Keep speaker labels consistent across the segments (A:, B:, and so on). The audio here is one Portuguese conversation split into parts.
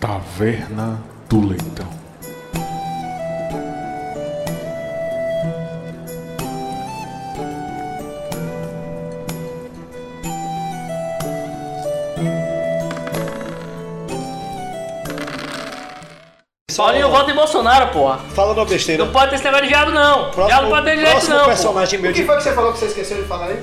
A: Caverna do Leitão.
B: Paulinho vota em Bolsonaro, porra.
C: Fala uma besteira.
B: Não pode ter esse negócio de diabo, não. diabo não pode ter direito,
C: próximo
B: não. Porra.
C: personagem meu
D: O que
C: de...
D: foi que você falou que você esqueceu de falar aí?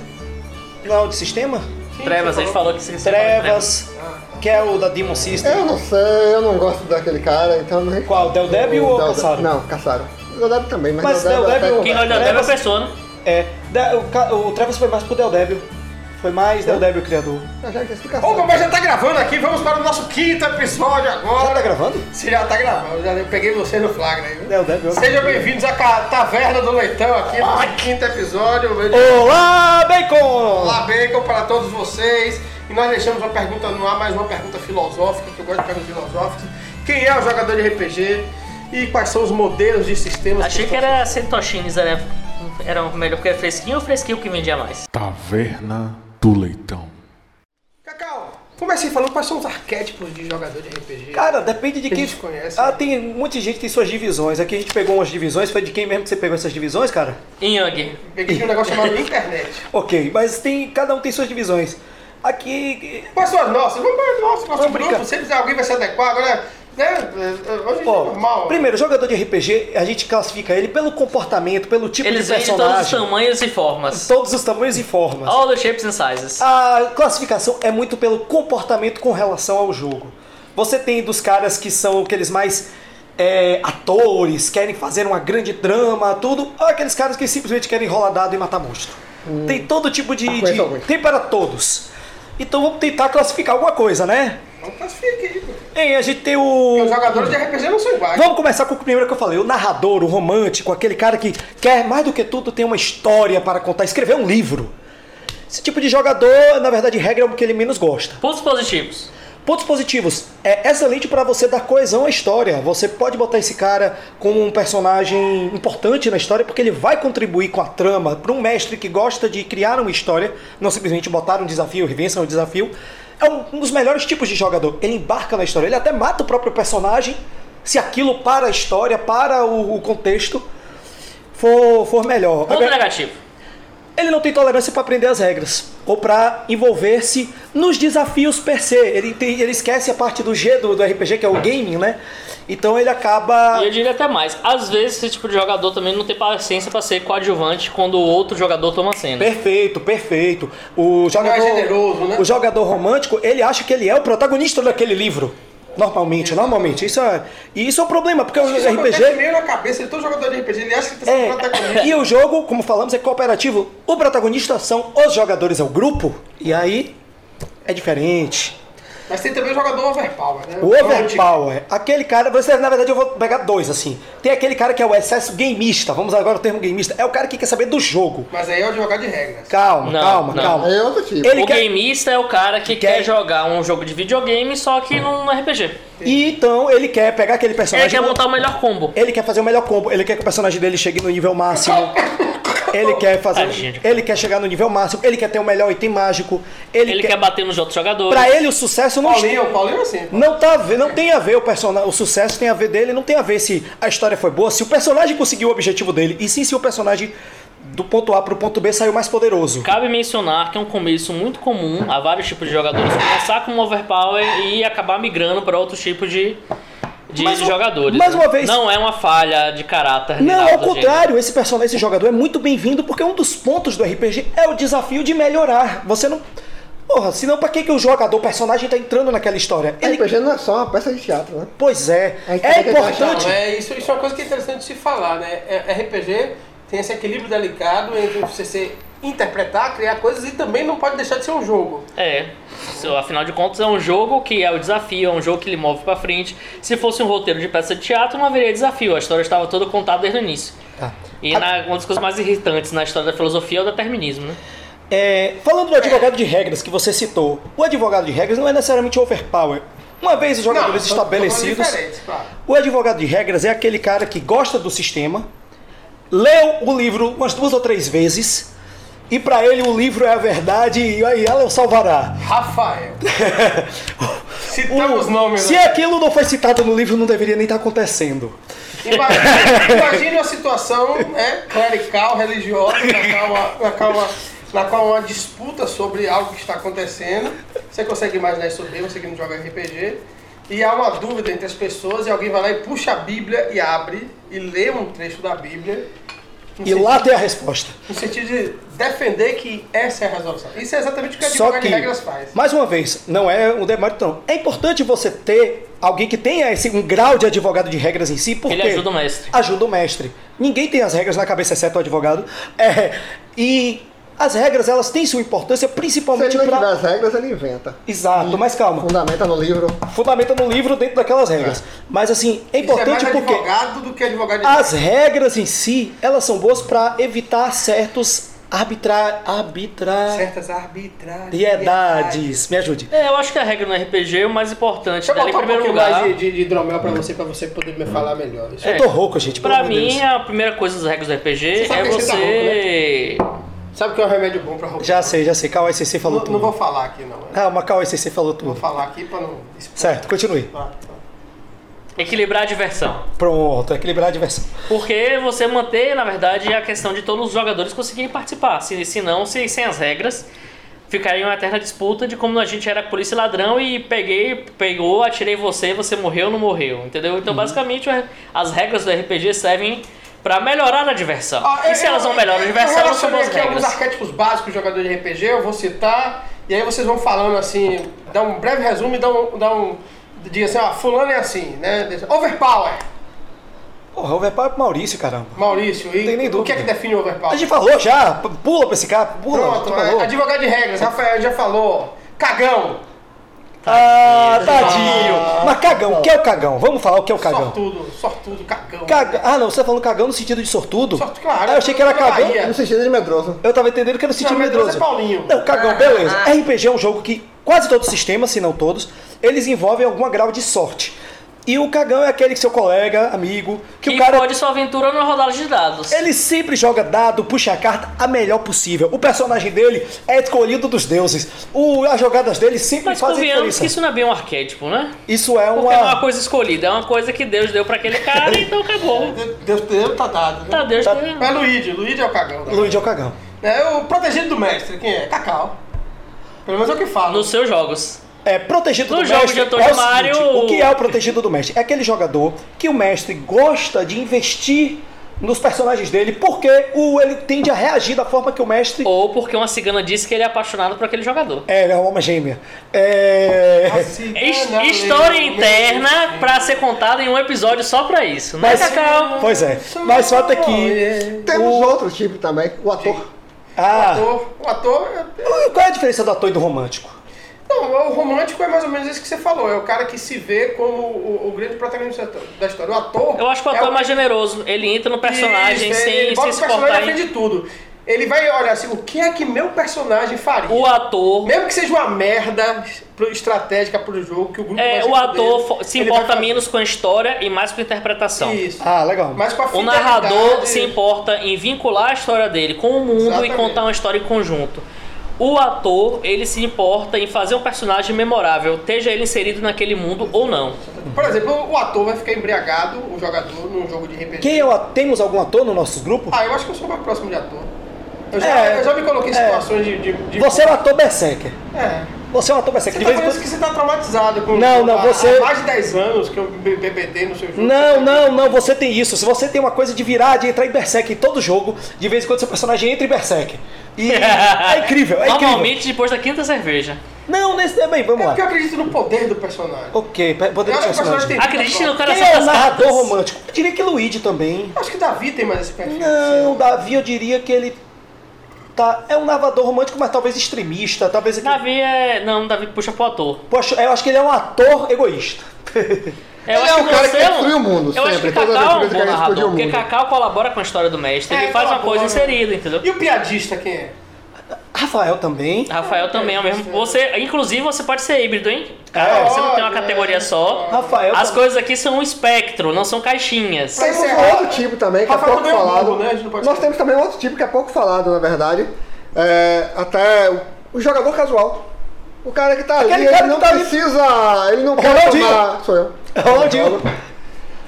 C: Não, é de sistema?
B: Trevas, ele falou que né? se
C: Trevas,
D: Ah.
C: que é o da Demon System.
E: Eu não sei, eu não gosto daquele cara, então nem.
C: Qual? Del Débio ou Cassaro?
E: Não, Caçaro. Del Débio também, mas,
C: Mas Del
E: Del Débio
C: Débio-
E: até
B: Quem
E: conversa.
B: olha deve é a
C: Trevas-
B: pessoa, né?
C: É. Da- o, ca- o Trevas foi mais pro Del Débio. Foi mais Del Débio o criador.
E: Eu já tinha
D: Ô,
E: explicação.
D: papai já tá gravando aqui, vamos para o nosso quinto episódio agora.
C: Já tá gravando?
D: Você já tá gravando, já eu peguei você no flagra aí. viu?
C: Del Débio.
D: Sejam bem-vindos à ca- Taverna do Leitão aqui, nosso quinto episódio. Meu Deus.
C: Olá, Bacon!
D: Olá, Bacon, para todos vocês. E nós deixamos uma pergunta no ar, mais uma pergunta filosófica, que eu gosto de perguntas filosóficas. Quem é o jogador de RPG? E quais são os modelos de sistemas
B: Achei que
D: estão-
B: era Centoshines, era, era o melhor porque é fresquinho ou fresquinho que vendia mais?
A: Taverna do Leitão.
D: Cacau, comecei falando quais são os arquétipos de jogador de RPG.
C: Cara, depende de
D: Que a
C: quem...
D: gente conhece. né?
C: Ah, tem muita gente que tem suas divisões. Aqui a gente pegou umas divisões. Foi de quem mesmo que você pegou essas divisões, cara?
B: Em
C: Tipo
B: Yang.
D: Peguei um negócio chamado internet.
C: Ok, mas tem... Cada um tem suas divisões. Aqui...
D: Quais são as nossas? Vamos para as nossas, é nosso
C: Vamos brincar.
D: grupo. Se eles- alguém vai se adequar, agora. Né? Hoje é
C: Ó,
D: normal.
C: primeiro, jogador de RPG, a gente classifica ele pelo comportamento, pelo tipo
B: Eles
C: de
B: vendem de todos os
C: personagem.
B: tamanhos e formas.
C: todos os tamanhos e formas.
B: All the shapes and sizes.
C: A classificação é muito pelo comportamento com relação ao jogo. Você tem dos caras que são aqueles mais é, atores, querem fazer uma grande drama, tudo, ou aqueles caras que simplesmente querem rolar dado e matar monstro. Tem todo tipo de.
E: Conheço
C: de-
E: alguns.
C: tem para todos. Então vamos tentar classificar alguma coisa, né?
D: Não classifique aí. pô.
C: Ei, a gente tem
D: Os jogadores de RPG não são iguais.
C: Vamos começar com o primeiro que eu falei, o narrador, o romântico, aquele cara que quer mais do que tudo ter uma história para contar, escrever um livro. Esse tipo de jogador, na verdade, regra é o que ele menos gosta.
B: Pontos positivos.
C: Pontos positivos. É excelente para você dar coesão à história. Você pode botar esse cara como um personagem importante na história, porque ele vai contribuir com a trama. Para um mestre que gosta de criar uma história, não simplesmente botar um desafio, vença um desafio. É um, um dos melhores tipos de jogador. Ele embarca na história, ele até mata o próprio personagem, se aquilo para a história, para o, o contexto, for, for melhor.
B: Ponto
C: Agora-
B: negativo.
C: ele não tem tolerância para aprender as regras ou para envolver-se nos desafios per se. Ele, tem- ele esquece a parte do G do, do RPG, que é o gaming, né? Então ele acaba.
B: E eu diria até mais. Às vezes esse tipo de jogador também não tem paciência pra ser coadjuvante quando o outro jogador toma a cena.
C: Perfeito, perfeito. O jogador,
D: generoso, né?
C: o jogador romântico, ele acha que ele é o protagonista daquele livro. Normalmente, normalmente. Isso é, e isso é um problema, porque o RPG.
D: Isso acontece meio na cabeça de todo jogador de RPG. Ele acha que ele tá sendo protagonista.
C: É, e o jogo, como falamos, é cooperativo. O protagonista são os jogadores, é o grupo. E aí é diferente.
D: Mas tem também o jogador overpower, né?
C: O overpower, aquele cara, você, na verdade eu vou pegar dois assim. Tem aquele cara que é o excesso gamista, vamos agora o termo gamista, é o cara que quer saber do jogo.
D: Mas aí é o de jogar de regras.
C: Calma,
B: Não,
C: calma,
B: não.
C: calma.
E: Aí é outro tipo.
C: Ele
B: o
C: quer-
B: gameista é o cara que
C: Quer- Ah.
B: quer... jogar um jogo de videogame, só que num RPG.
C: E então ele quer pegar aquele
B: Ele
C: personagem.
B: quer montar o melhor combo.
C: Ele quer fazer o melhor combo, ele quer que o personagem dele chegue no nível máximo. Ele quer fazer.
B: Tadinho.
C: Ele quer chegar no nível máximo, ele quer ter o melhor item mágico. Ele,
B: Ele
C: quer.
B: quer bater nos outros jogadores.
C: Pra ele o sucesso não está.
D: Paulinho, Paulinho é assim.
C: Não, tá, a ver- não tem a ver o personagem, o sucesso tem a ver dele, não tem a ver se a história foi boa, se o personagem conseguiu o objetivo dele, e sim se o personagem do ponto A pro ponto B saiu mais poderoso.
B: Cabe mencionar que é um começo muito comum a vários tipos de jogadores começar como overpower e acabar migrando para outros tipos de, de
C: Mais uma-
B: jogadores.
C: mais uma vez-
B: Não é uma falha de caráter. de
C: Não,
B: nada,
C: ao
B: gente.
C: contrário, esse personagem, esse jogador é muito bem-vindo, porque um dos pontos do RPG é o desafio de melhorar. Você não. Porra, senão pra que, que o jogador, o personagem tá entrando naquela história? Ele-
E: RPG não é só uma peça de teatro, né?
C: Pois é,
E: Aí
C: é
E: tem que achar,
C: importante.
D: Não, é, isso, isso é uma coisa que é interessante de se falar, né? É- RPG tem esse equilíbrio delicado entre você ser, interpretar, criar coisas e também não pode deixar de ser um jogo.
B: É. Se- Afinal de contas, é um jogo que é o desafio, é um jogo que ele move pra frente. Se fosse um roteiro de peça de teatro, não haveria desafio. A história estava toda contada desde o início.
C: Tá.
B: E na- uma das coisas mais irritantes na história da filosofia é o determinismo, né?
C: É, falando do advogado de regras que você citou, o advogado de regras não é necessariamente overpower. Uma vez os
D: Não,
C: jogadores
D: são- são
C: estabelecidos,
D: diferentes, claro.
C: o advogado de regras é aquele cara que gosta do sistema, leu o livro umas duas ou três vezes, e pra ele o livro é a verdade e aí ela o salvará.
D: Rafael. Citamos
C: o-
D: nomes,
C: Se é-
D: né?
C: aquilo não foi citado no livro, não deveria nem estar acontecendo.
D: Ima- Imagine uma situação né, clerical, religiosa, na qual, uma, na, qual uma, na qual uma disputa sobre algo que está acontecendo. Você consegue imaginar isso bem, você que não joga RPG. E há uma dúvida entre as pessoas e alguém vai lá e puxa a Bíblia e abre e lê um trecho da Bíblia. no
C: E
D: sentido-
C: lá tem a resposta.
D: No sentido de defender que essa é a resolução. Isso é exatamente o que a
C: Só
D: advogada
C: que,
D: de regras faz.
C: mais uma vez, não é um demérito, não. É importante você ter alguém que tenha esse, um grau de advogado de regras em si, porque...
B: Ele ajuda o mestre.
C: Ajuda o mestre. Ninguém tem as regras na cabeça, exceto o advogado. É, e as regras, elas têm sua importância,
E: Se ele
C: principalmente
E: não tiver
C: para...
E: as regras, ele inventa.
C: Exato, mas calma.
E: Fundamenta no livro.
C: Fundamenta no livro dentro daquelas regras. Mas, assim, é importante
D: isso é mais
C: porque...
D: advogado do que advogado de
C: As regras em si, elas são boas para evitar certos arbitrar... arbitrar...
D: certas arbitrariedades.
C: Diedades. Me ajude.
B: É, eu acho que a regra no RPG é o mais importante.
D: Deixa eu
B: Dela, em
D: botar um
B: primeiro
D: pouquinho
B: lugar,
D: mais de, de, de hidromel pra você, pra você poder me falar melhor. Isso
B: É.
C: Eu tô rouco, gente. pelo
B: pra
C: amor de
B: mim, é-
C: Deus.
B: a primeira coisa das regras do
D: Você
B: RPG
D: sabe
B: é
D: que você tá
B: você.
D: Sabe o que é um remédio bom pra roubar?
C: Já sei, já sei. Kawai CC falou
D: Não,
C: tudo. Ah,
D: não vou falar aqui, não. é.
C: Calma, Kawai CC falou
D: Vou
C: tudo.
D: falar aqui pra não...
C: Certo, continue.
D: Ah, tá.
B: Equilibrar a diversão.
C: Pronto, equilibrar a diversão.
B: Porque você manter, na verdade, a questão de todos os jogadores conseguirem participar. Se, se não, se, sem as regras, ficaria uma eterna disputa de como a gente era polícia e ladrão e peguei, pegou, atirei você, você morreu ou não morreu, entendeu?
D: Uhum.
B: Então, basicamente, a- as regras do RPG servem pra melhorar a diversão.
D: Ah,
B: e se
D: eu-
B: elas não
D: eu-
B: melhoram a
D: eu
B: diversão, elas são
D: relacionei
B: boas
D: aqui alguns
B: regras.
D: arquétipos básicos de jogador de RPG, eu vou citar, e aí vocês vão falando assim, dá um breve resumo e dá um. Dá um diz assim, ó, fulano é assim, né? Overpower,
C: Porra, overpower pro Maurício, caramba.
D: Maurício, e
C: Tem nem
D: o que é
C: dúvida.
D: que define o overpower?
C: A gente falou já. p- Pula pra esse cara, pula. Tá
D: Pronto,
C: tu falou.
D: é, advogado de regras, Rafael já falou. Cagão,
C: Ah, tadinho. Mas cagão, o que é o cagão? Vamos falar o que é o cagão.
D: sortudo, sortudo, cagão.
C: Caga... Ah, não, você tá falando cagão no sentido de sortudo?
D: Sortudo, claro.
C: Ah, eu achei que era
D: Sortudo da
C: cagão.
D: Bahia. É.
E: No sentido de medroso.
C: Eu tava entendendo que era no sentido
D: Não, mas
C: medroso.
D: você é Paulinho.
C: Não, cagão,
D: Ah,
C: beleza. RPG é um jogo que quase todos os sistemas, se não todos, eles envolvem algum grau de sorte. E o cagão é aquele seu colega, amigo, que
B: Que
C: o cara.
B: pode sua aventura numa rodada de dados.
C: Ele sempre joga dado, puxa a carta a melhor possível. O personagem dele é escolhido dos deuses. O, as jogadas dele sempre
B: Mas
C: fazem
B: convenhamos
C: diferença.
B: que isso não é bem um arquétipo, né?
C: Isso é
B: Porque não é uma
C: uma.
B: coisa escolhida, é uma coisa que Deus deu pra aquele cara, então acabou.
D: Deus primeiro tá dado. Né?
B: Tá, Deus
C: Tá-
B: deu.
D: É Luigi, Luigi é o cagão. né?
C: Luigi é o cagão.
D: É o protegido do mestre, quem é? Cacau. Pelo menos é o que fala.
B: Nos seus jogos.
C: É, protegido
B: No
C: do
B: jogo
C: mestre.
B: de
C: é o,
B: Antônio Mário-
C: seguinte, o que é o protegido do mestre? É aquele jogador que o mestre gosta de investir nos personagens dele, porque o, ele tende a reagir da forma que o mestre.
B: Ou porque uma cigana disse que ele é apaixonado por aquele jogador.
C: É, é uma alma gêmea. É.
D: Assim,
B: É his-
D: né, né,
B: história
D: né,
B: interna
D: né.
B: pra ser contada em um episódio só pra isso, né,
C: Mas,
B: Cacau?
C: pois é. Mas falta que.
E: Temos
C: O-
E: outro tipo também, o ator.
D: O
C: Ah.
D: ator, o ator é-
C: Qual é a diferença do ator e do romântico?
D: não, o romântico é mais ou menos isso que você falou. É o cara que se vê como o, o grande protagonista da história. O ator.
B: Eu acho que o ator é,
D: o-
B: mais generoso. Ele entra no personagem
D: um Isso,
B: sem,
D: ele
B: sem
D: bota
B: se
D: o personagem
B: portar.
D: na
B: em-
D: frente de tudo. Ele vai olhar assim, o que é que meu personagem faria?
B: O ator.
D: Mesmo que seja uma merda pro- estratégica pro jogo, que o grupo vai
B: É,
D: se
B: o ator
D: fuder,
B: fo- se
D: ele
B: importa
D: vai fazer.
B: menos com a história e mais com a interpretação.
D: Isso.
C: Ah, legal.
D: Mas com a
B: O
D: fidelidade-
B: narrador se importa em vincular a história dele com o mundo e
D: é. Exatamente.
B: contar uma história em conjunto. O ator, ele se importa em fazer um personagem memorável, esteja ele inserido naquele mundo ou não.
D: Por exemplo, o ator vai ficar embriagado, o jogador, num jogo de RPG.
C: Quem é o ator? Temos algum ator no nosso grupo?
D: Ah, eu acho que eu sou mais próximo de ator. Eu já,
C: É,
D: eu já me coloquei em
C: é.
D: situações de, de, de-
C: Você é um ator berserker.
D: É.
C: Você é um ator berserker. De vez em
D: Você tá
C: quando.
D: falando que você tá traumatizado com
C: Não, não,
D: há-
C: você-
D: há mais de 10 anos que eu me bebedei no seu jogo. tá
C: Não, não, não, você tem isso. Se você tem uma coisa de virar, de entrar em Berserk em todo jogo, de vez em quando seu personagem entra em Berserk. E é incrível, é incrível.
B: Normalmente depois da quinta cerveja.
C: Não, nesse é bem, vamos
D: É
C: lá.
D: porque eu acredito no poder do personagem.
C: Ok, pe- poder
D: Eu
C: do
D: acho que o
C: personagem.
D: personagem tem.
B: Acredite no
C: Quem
B: coração
C: é o
B: das
C: narrador
B: cartas.
C: romântico? Eu diria que Luigi também.
D: Eu acho que Davi tem mais esse perfil.
C: Não, Davi, eu diria que ele tá é um narrador romântico, mas talvez extremista, talvez aquele-
B: Davi é. Não, Davi puxa pro ator.
C: Poxa, eu acho que ele é um ator egoísta.
B: Eu
E: Ele
B: acho
E: é o cara
B: você
E: que
B: é um-
E: destruiu o mundo,
B: Eu acho que
E: sempre. Toda
B: Cacau é um
E: vez que
B: bom
E: ele explodiu
B: narrador,
E: o
B: porque
E: mundo.
B: Cacau colabora com a história do mestre,
D: É,
B: ele faz uma coisa
D: colabora.
B: inserida, entendeu?
D: E o piadista quem é?
C: Rafael também.
B: Rafael também é o mesmo. Você, inclusive, você pode ser híbrido, hein?
C: É,
B: Você não tem uma
D: Olha,
B: categoria só.
C: Rafael tá-
B: As
C: também.
B: coisas aqui são um espectro, não são caixinhas.
C: Tá
D: Pra
E: Temos um
D: encerrar-
E: outro tipo também, que é
D: Rafael
E: pouco
D: também é um
E: falado.
D: burro, né? A gente não pode
E: Nós
D: falar.
E: temos também um outro tipo que é pouco falado, na verdade. É, até o- o jogador casual. O cara que tá
C: Aquele
E: ali,
C: cara
E: ele
C: que
E: não
C: tá ali.
E: precisa. Ele não quer
C: Ronaldinho.
E: tomar. Sou eu.
C: Ronaldinho.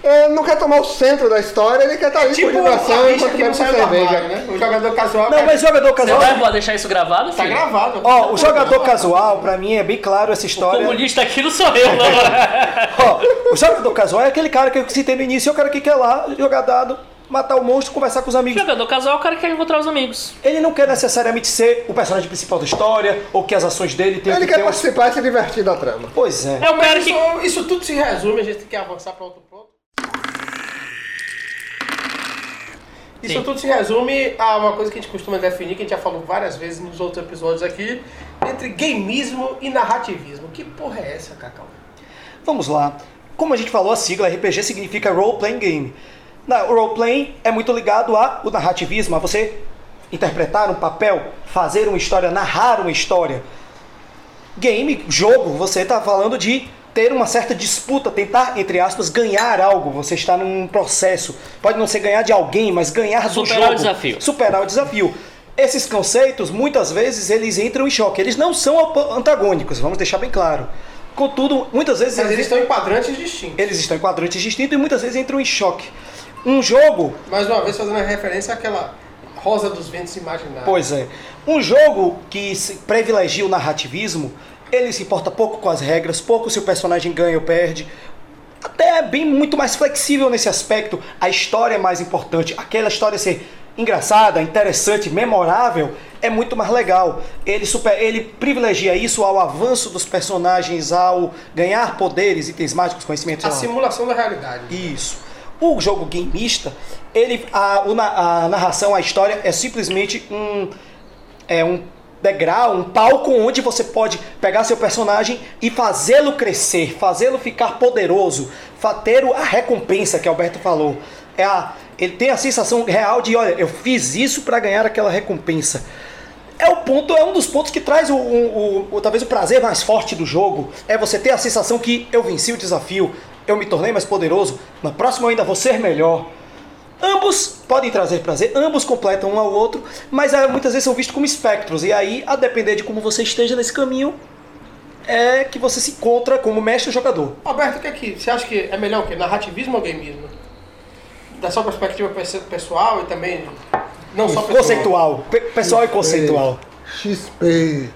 E: Ele não quer tomar o centro da história, ele quer estar ali
D: Tipo
E: por
D: o
E: diversão
D: artista
E: enquanto
D: que não
E: bebe
D: saiu
E: sua
D: da
E: cerveja.
D: armário, né? O jogador casual
C: Não, mas jogador
B: Você
C: casual.
B: vai deixar isso gravado, filho?
D: tá gravado.
C: Ó, o jogador casual, pra mim, é bem claro essa história.
B: Comunista aqui não sou eu, não.
C: Ó, o jogador casual é aquele cara que eu citei no início, é o cara que quer lá jogar dado, matar o monstro, conversar com os amigos.
B: Jogador casual é o cara que quer encontrar os amigos.
C: Ele não quer necessariamente ser o personagem principal da história, ou que as ações dele tenham
E: Ele
C: que
E: quer
C: ter um-
E: participar e se divertir da trama.
C: Pois é.
B: É o cara
D: isso,
B: que.
D: isso tudo se resume, a gente tem que avançar para outro ponto. Isso
B: Sim.
D: tudo se resume a uma coisa que a gente costuma definir, que a gente já falou várias vezes nos outros episódios aqui, entre gameismo e narrativismo. Que porra é essa, Cacau?
C: Vamos lá. Como a gente falou, a sigla RPG significa Role Playing Game. Na, o role playing é muito ligado ao narrativismo, a você interpretar um papel, fazer uma história, narrar uma história. Game, jogo, você está falando de ter uma certa disputa, tentar, entre aspas, ganhar algo. Você está num processo. Pode não ser ganhar de alguém, mas ganhar do
B: Superar
C: jogo.
B: o desafio.
C: Superar o desafio. Esses conceitos, muitas vezes, eles entram em choque. Eles não são opo- antagônicos, vamos deixar bem claro. Contudo, muitas vezes
D: Mas eles estão em quadrantes distintos.
C: eles estão em quadrantes distintos e muitas vezes entram em choque. Um jogo,
D: Mais uma vez fazendo a referência àquela rosa dos ventos imaginários.
C: pois é, um jogo que se privilegia o narrativismo, ele se importa pouco com as regras, pouco se o personagem ganha ou perde. Até é bem muito mais flexível nesse aspecto. A história é mais importante. Aquela história ser engraçada, interessante, memorável é muito mais legal. Ele super, ele privilegia isso ao avanço dos personagens, ao ganhar poderes, itens mágicos, conhecimentos.
D: A
C: sei lá.
D: simulação da realidade.
C: Isso. O jogo gameista, ele, a, o na- a narração, a história é simplesmente um, é um degrau, um palco onde você pode pegar seu personagem e fazê-lo crescer, fazê-lo ficar poderoso, fa- ter o- a recompensa que Alberto falou. É a, ele tem a sensação real de, olha, eu fiz isso para ganhar aquela recompensa. É o ponto, é um dos pontos que traz o, um, o- o- o- talvez o prazer mais forte do jogo. É você ter a sensação que eu venci o desafio, eu me tornei mais poderoso, na próxima eu ainda vou ser melhor. Ambos podem trazer prazer, ambos completam um ao outro, mas ah, muitas vezes são vistos como espectros. E aí, a depender de como você esteja nesse caminho, é que você se encontra como mestre jogador.
D: Alberto, o que é que você acha que é melhor o quê? Narrativismo ou gameismo? Da sua perspectiva perce- pessoal e também não só pessoal.
C: Conceitual. Pe- pessoal e conceitual.
E: XP.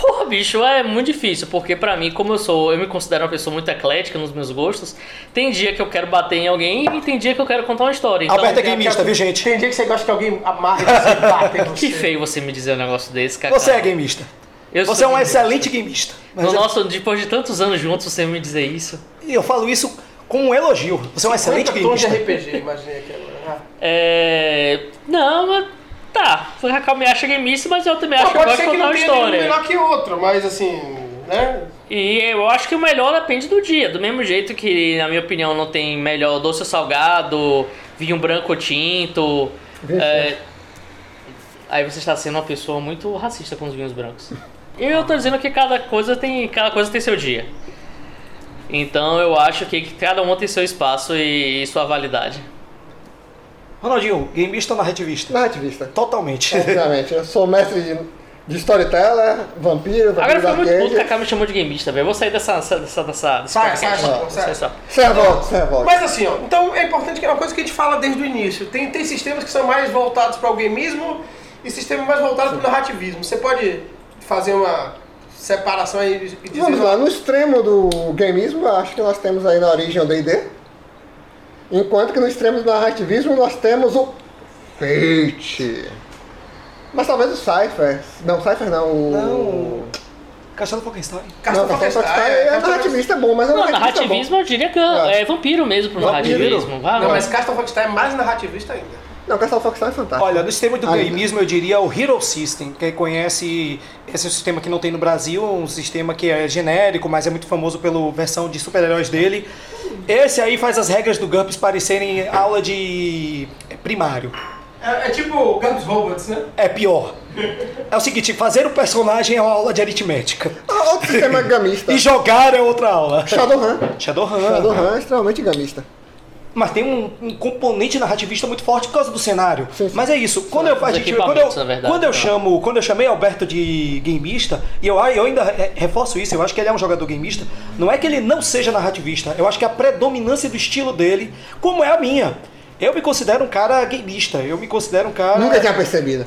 B: Porra, bicho, é muito difícil, porque pra mim, como eu sou, eu me considero uma pessoa muito eclética nos meus gostos, tem dia que eu quero bater em alguém e tem dia que eu quero contar uma história. Então,
C: Alberto é gameista, viu, gente?
D: Tem dia que você gosta que alguém amarre você e bate em você.
B: que feio você me dizer um negócio desse, cara.
C: Você é gameista.
B: Eu
C: Você é
B: sou
C: um
B: gameista.
C: excelente gameista. Mas
B: No
C: eu-
B: nosso, depois de tantos anos juntos, você me dizer isso.
C: E eu falo isso com um elogio. Você é um excelente
D: Quanta tons de
C: gameista.
D: RPG, imaginei aqui agora. Ah.
B: É. Não, mas. Tá, o Raquel me acha gameista, mas eu também
D: Não,
B: acho que eu
D: pode
B: gosto de
D: ser que
B: contar
D: não
B: uma
D: tenha nenhum
B: história.
D: melhor que outro, mas assim, né?
B: E eu acho que o melhor depende do dia. Do mesmo jeito que, na minha opinião, não tem melhor doce ou salgado, vinho branco ou tinto. é, Aí você está sendo uma pessoa muito racista com os vinhos brancos. Eu tô dizendo que cada coisa tem, cada coisa tem seu dia. Então eu acho que cada um tem seu espaço e, e sua validade.
C: Ronaldinho, gameista ou narrativista?
E: Narrativista.
C: Totalmente.
E: Obviamente. Eu sou mestre de, de storyteller, vampiro,
B: Agora eu
E: vampiro
B: fiquei muito puto que a
D: né?
E: da
B: Cacá me chamou de gamista, velho. Eu Vou sair dessa. dessa, dessa, dessa
D: Sai,
B: desse podcast.
D: sai, sai,
B: só.
D: sai.
E: Servox, Servox.
D: Mas assim, ó, então é importante que é uma coisa que a gente fala desde o início. Tem, tem sistemas que são mais voltados para o gameismo e sistemas mais voltados para o narrativismo. Você pode fazer uma separação aí e dizer...
E: Vamos lá, no extremo do gameismo, eu acho que nós temos aí na origem o D&D. Enquanto que no extremo do narrativismo, nós temos o Fate. Mas talvez o Cypher. Não, Cypher não. o-
C: Não. Castelo Frankenstein.
E: Não,
D: Castelo
E: Castelo
D: Potestade,
E: Rockstar é,
D: Castelo-
E: narrativista bom, mas é um
B: Não,
E: narrativista bom.
B: narrativismo eu diria que é,
E: É.
B: vampiro mesmo pro
E: Vampiro.
B: narrativismo. Vá,
D: Não,
B: vá.
D: mas Castle Rockstar é mais narrativista ainda.
E: Não, Castle Rockstar é fantástico.
C: Olha, no sistema do
E: Ainda.
C: gameismo eu diria o Hero System, que conhece esse é um sistema que não tem no Brasil, um sistema que é genérico, mas é muito famoso pela versão de super-heróis dele. Esse aí faz as regras do GURPS parecerem aula de primário.
D: É, é tipo Guns Robots, né?
C: É pior. É o seguinte, fazer o personagem é uma aula de aritmética.
E: Ah, Outro sistema
D: Tá.
E: gamista.
C: E jogar é outra aula.
E: Shadowrun.
C: Shadowrun.
E: Shadowrun é extremamente gamista.
C: mas tem um, um componente narrativista muito forte por causa do cenário.
E: Sim, sim.
C: Mas é isso. Quando eu, a
B: dos
C: gente, quando eu,
B: equipamentos, na verdade,
C: quando eu
B: tá.
C: chamo, quando eu chamei Alberto de gameista, e eu, ah, eu ainda re- reforço isso, eu acho que ele é um jogador gameista, não é que ele não seja narrativista, eu acho que a predominância do estilo dele, como é a minha. Eu me considero um cara gameista, eu me considero um cara
E: Nunca tinha percebido.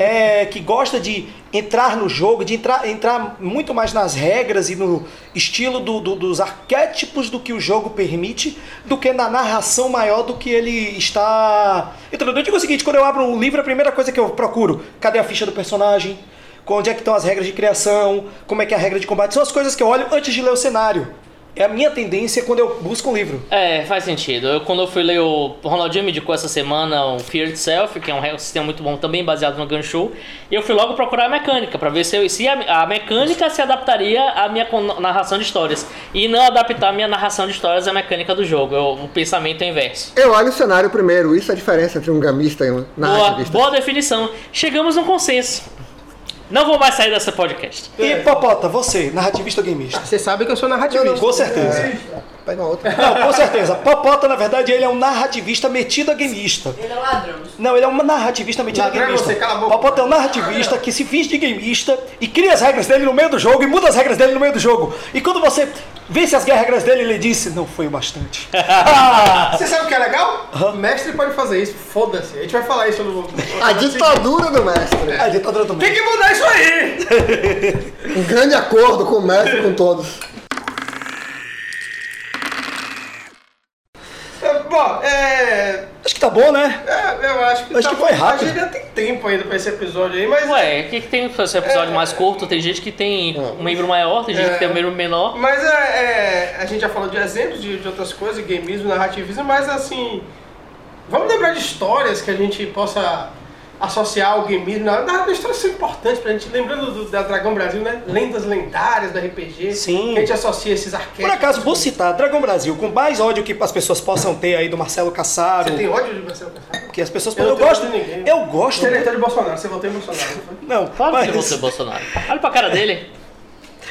C: é, que gosta de entrar no jogo, de entrar, entrar muito mais nas regras e no estilo do- do- dos arquétipos do que o jogo permite, do que na narração maior do que ele está. Então, eu digo o seguinte: quando eu abro um livro, a primeira coisa que eu procuro, cadê a ficha do personagem? Onde é que estão as regras de criação? Como é que é a regra de combate? São as coisas que eu olho antes de ler o cenário. É a minha tendência quando eu busco um livro.
B: É, faz sentido. Eu, quando eu fui ler o o Ronaldinho me indicou essa semana um Fear Itself, que é um re- sistema muito bom também, baseado no Ganchu, e eu fui logo procurar a mecânica, pra ver se, eu- se a, a mecânica se adaptaria à minha con- narração de histórias. E não adaptar a minha narração de histórias à mecânica do jogo. Eu- o pensamento é inverso.
E: Eu olho o cenário primeiro, isso é a diferença entre um gamista e um
B: Boa,
E: narrativista.
B: boa definição. Chegamos num consenso. Não vou mais sair dessa podcast.
C: E Popota, você, narrativista ou gameista?
D: Você sabe que eu sou narrativista.
C: Com certeza.
E: Pega uma outra.
C: Não, com certeza. Popota, na verdade, ele é um narrativista metido a gameista.
F: Ele é ladrão.
C: Não, ele é um narrativista metido
D: Ladrão
C: a
D: é
C: gameista.
D: você, cala a boca.
C: Popota é um narrativista que se finge de gameista e cria as regras dele no meio do jogo e muda as regras dele no meio do jogo. E quando você vence as regras dele, ele disse, não foi o bastante.
D: É, Você sabe o que é legal? O mestre pode fazer isso. Foda-se. A gente vai falar isso no.
E: A ditadura do mestre.
C: A ditadura do
D: Tem
C: meio.
D: que mudar isso aí!
E: Um grande acordo com o mestre e com todos.
D: É, Bom, é.
C: Acho que tá bom, né?
D: é, eu acho que.
C: Acho que foi rápido.
D: A gente ainda tem tempo ainda pra esse episódio aí, mas.
B: Ué, o que, que tem pra esse
C: É.
B: episódio mais curto? Tem gente que tem um membro maior, tem gente que tem um membro menor.
D: Mas é, é, a gente já falou de exemplos de, de outras coisas, gameismo, narrativismo, mas assim. Vamos lembrar de histórias que a gente possa associar ao gameismo. Na verdade, histórias são importantes pra gente. Lembrando do, da Dragão Brasil, né? Lendas lendárias do RPG.
C: Sim.
D: Que a gente associa esses arquétipos.
C: Por acaso, vou citar Dragon Brasil, com mais ódio que as pessoas possam ter aí do Marcelo
D: Você
C: Cassaro,
D: tem ódio de Marcelo Cassaro?
C: que as pessoas...
D: Eu
C: Eu,
D: não tenho
C: gosto...
D: ódio de ninguém.
C: Eu gosto...
D: Você é eleitor de Bolsonaro, você votou em Bolsonaro. não foi?
C: Não,
B: Claro que
C: mas...
B: eu vou ser Bolsonaro. Olha pra cara dele.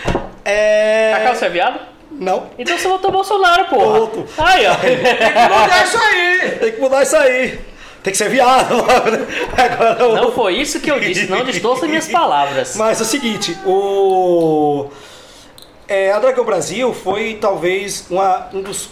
B: Acaso
C: É...
B: você é viado?
C: Não.
B: Então você votou Bolsonaro,
C: Voto.
B: porra. Aí, ó.
C: É.
D: Mudar é isso aí!
C: Tem que mudar isso aí. Tem que ser viado. Agora eu-
B: Não foi isso que eu disse, não distorça minhas palavras.
C: Mas é o seguinte, o é, a Dragão Brasil foi talvez uma- um dos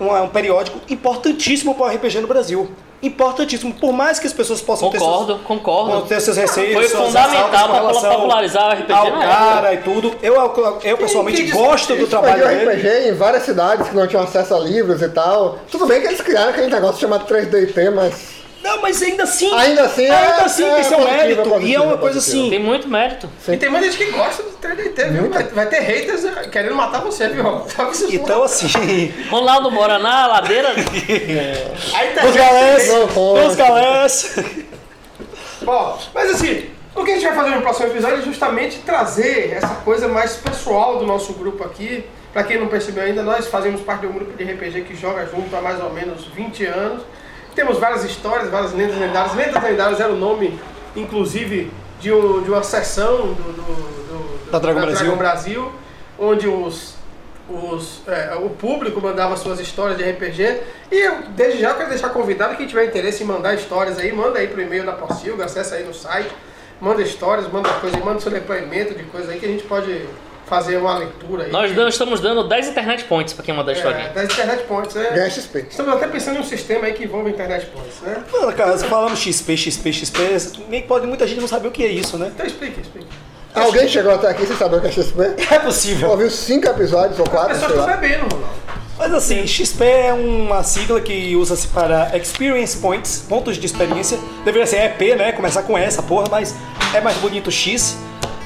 C: uma- um periódico importantíssimo para o RPG no Brasil. Importantíssimo, por mais que as pessoas possam ter
B: Concordo,
C: seus, possam
B: concordo.
C: ter seus receios,
B: Foi
C: suas
B: fundamental
C: ressalvas com
B: para
C: relação
B: popularizar o RPG
C: ao
B: na
C: cara e tudo. Eu, eu pessoalmente
D: quem disse
C: gosto do
E: Isso
C: trabalho
E: perdiu
C: dele.
E: RPG em várias cidades que não tinham acesso a livros e tal. Tudo bem que eles criaram aquele negócio chamado 3DT, mas.
C: Não, mas ainda assim,
E: Ainda assim é-
C: ainda assim
E: é
C: isso é um
E: positivo, é
C: mérito e é
E: positivo,
C: uma
E: é
C: coisa
E: positivo.
C: assim.
B: Tem muito mérito.
D: E tem muita gente que gosta do 3DT, viu? Vai, vai ter haters né? querendo matar você, viu? Sabe isso?
C: Então assim,
B: Ronaldo mora na ladeira.
D: Aí tá
C: Os galés,
E: Não, pô.
C: os galés.
D: Bom, mas assim, o que a gente vai fazer no próximo episódio é justamente trazer essa coisa mais pessoal do nosso grupo aqui. Pra quem não percebeu ainda, nós fazemos parte de um grupo de RPG que joga junto há mais ou menos 20 anos. Temos várias histórias, várias lendas lendárias. Lendas lendárias era o nome, inclusive, de, um- de uma sessão do, do- do-
C: Da Dragon Brasil.
D: Brasil, onde os, os, é, o público mandava suas histórias de RPG. E eu, desde já, quero deixar convidado quem tiver interesse em mandar histórias aí, manda aí pro e-mail da Possilga, acessa aí no site, manda histórias, manda coisa aí, manda seu depoimento de coisa aí que a gente pode fazer uma leitura aí.
B: Nós damos- estamos dando 10 internet points pra quem mandar
D: é,
B: historinha.
D: das internet points, né?
E: Ganha XP.
D: Estamos até pensando em um sistema aí que envolva internet points, né?
C: Mano, cara, se falamos XP, XP, XP, nem pode, muita gente não sabe o que é isso, né?
D: Então explique, explique.
E: Alguém chegou até aqui sem saber o que é XP?
C: É possível.
E: Ouviu cinco episódios ou
D: As
E: quatro,
D: pessoas
E: sei
D: estão
E: lá.
D: bebendo, Ronaldo.
C: Mas assim, XP é uma sigla que usa-se para Experience Points, pontos de experiência. Deveria ser EP, né? Começar com essa porra, mas é mais bonito X,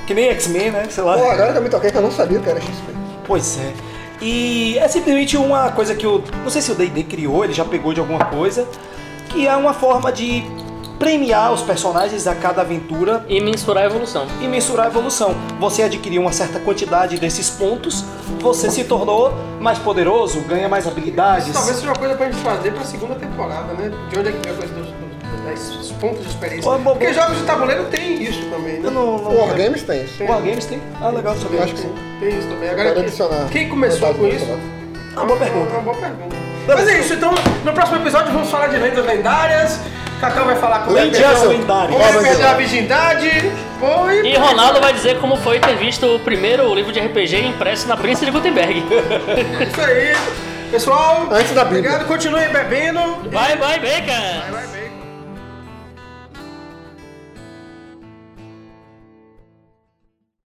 C: que nem X-Men, né? Sei lá.
E: Pô, agora que eu me toquei que eu não sabia o que era XP.
C: Pois é. E é simplesmente uma coisa que o. Não sei se o DD criou, ele já pegou de alguma coisa, que é uma forma de premiar os personagens a cada aventura
B: E mensurar a evolução.
C: e mensurar a evolução. Você adquiriu uma certa quantidade desses pontos, você se tornou mais poderoso, ganha mais habilidades.
D: Talvez seja uma coisa pra gente fazer pra segunda temporada, né? De onde é que vem a coisa dos, dos, dos pontos de experiência.
C: Ô, bobo.
D: Porque jogos de tabuleiro tem isso também, né?
C: Eu não, não...
E: O Wargames tem isso.
C: Wargames tem? Ah, legal saber.
E: Acho que sim.
D: Tem isso também.
C: Tá
D: Agora,
E: Quero
D: quem,
E: adicionar.
D: quem começou
E: Vontade
D: com
E: de
D: isso?
E: adicionar.
C: Ah, boa pergunta.
D: É uma boa pergunta. Mas é isso, então no próximo episódio vamos falar de lendas lendárias. Cacau vai falar como é
C: Lendas
D: que é-
C: lendárias.
D: Como é
E: Vamos
D: perder
E: lá.
D: a virgindade. Pô,
B: E Ronaldo vai dizer como foi ter visto o primeiro livro de RPG impresso na prensa de Gutenberg.
D: É isso aí. Pessoal,
E: Antes da Bíblia.
D: obrigado. Continuem bebendo.
B: Vai, vai, bacon!
D: Vai bem.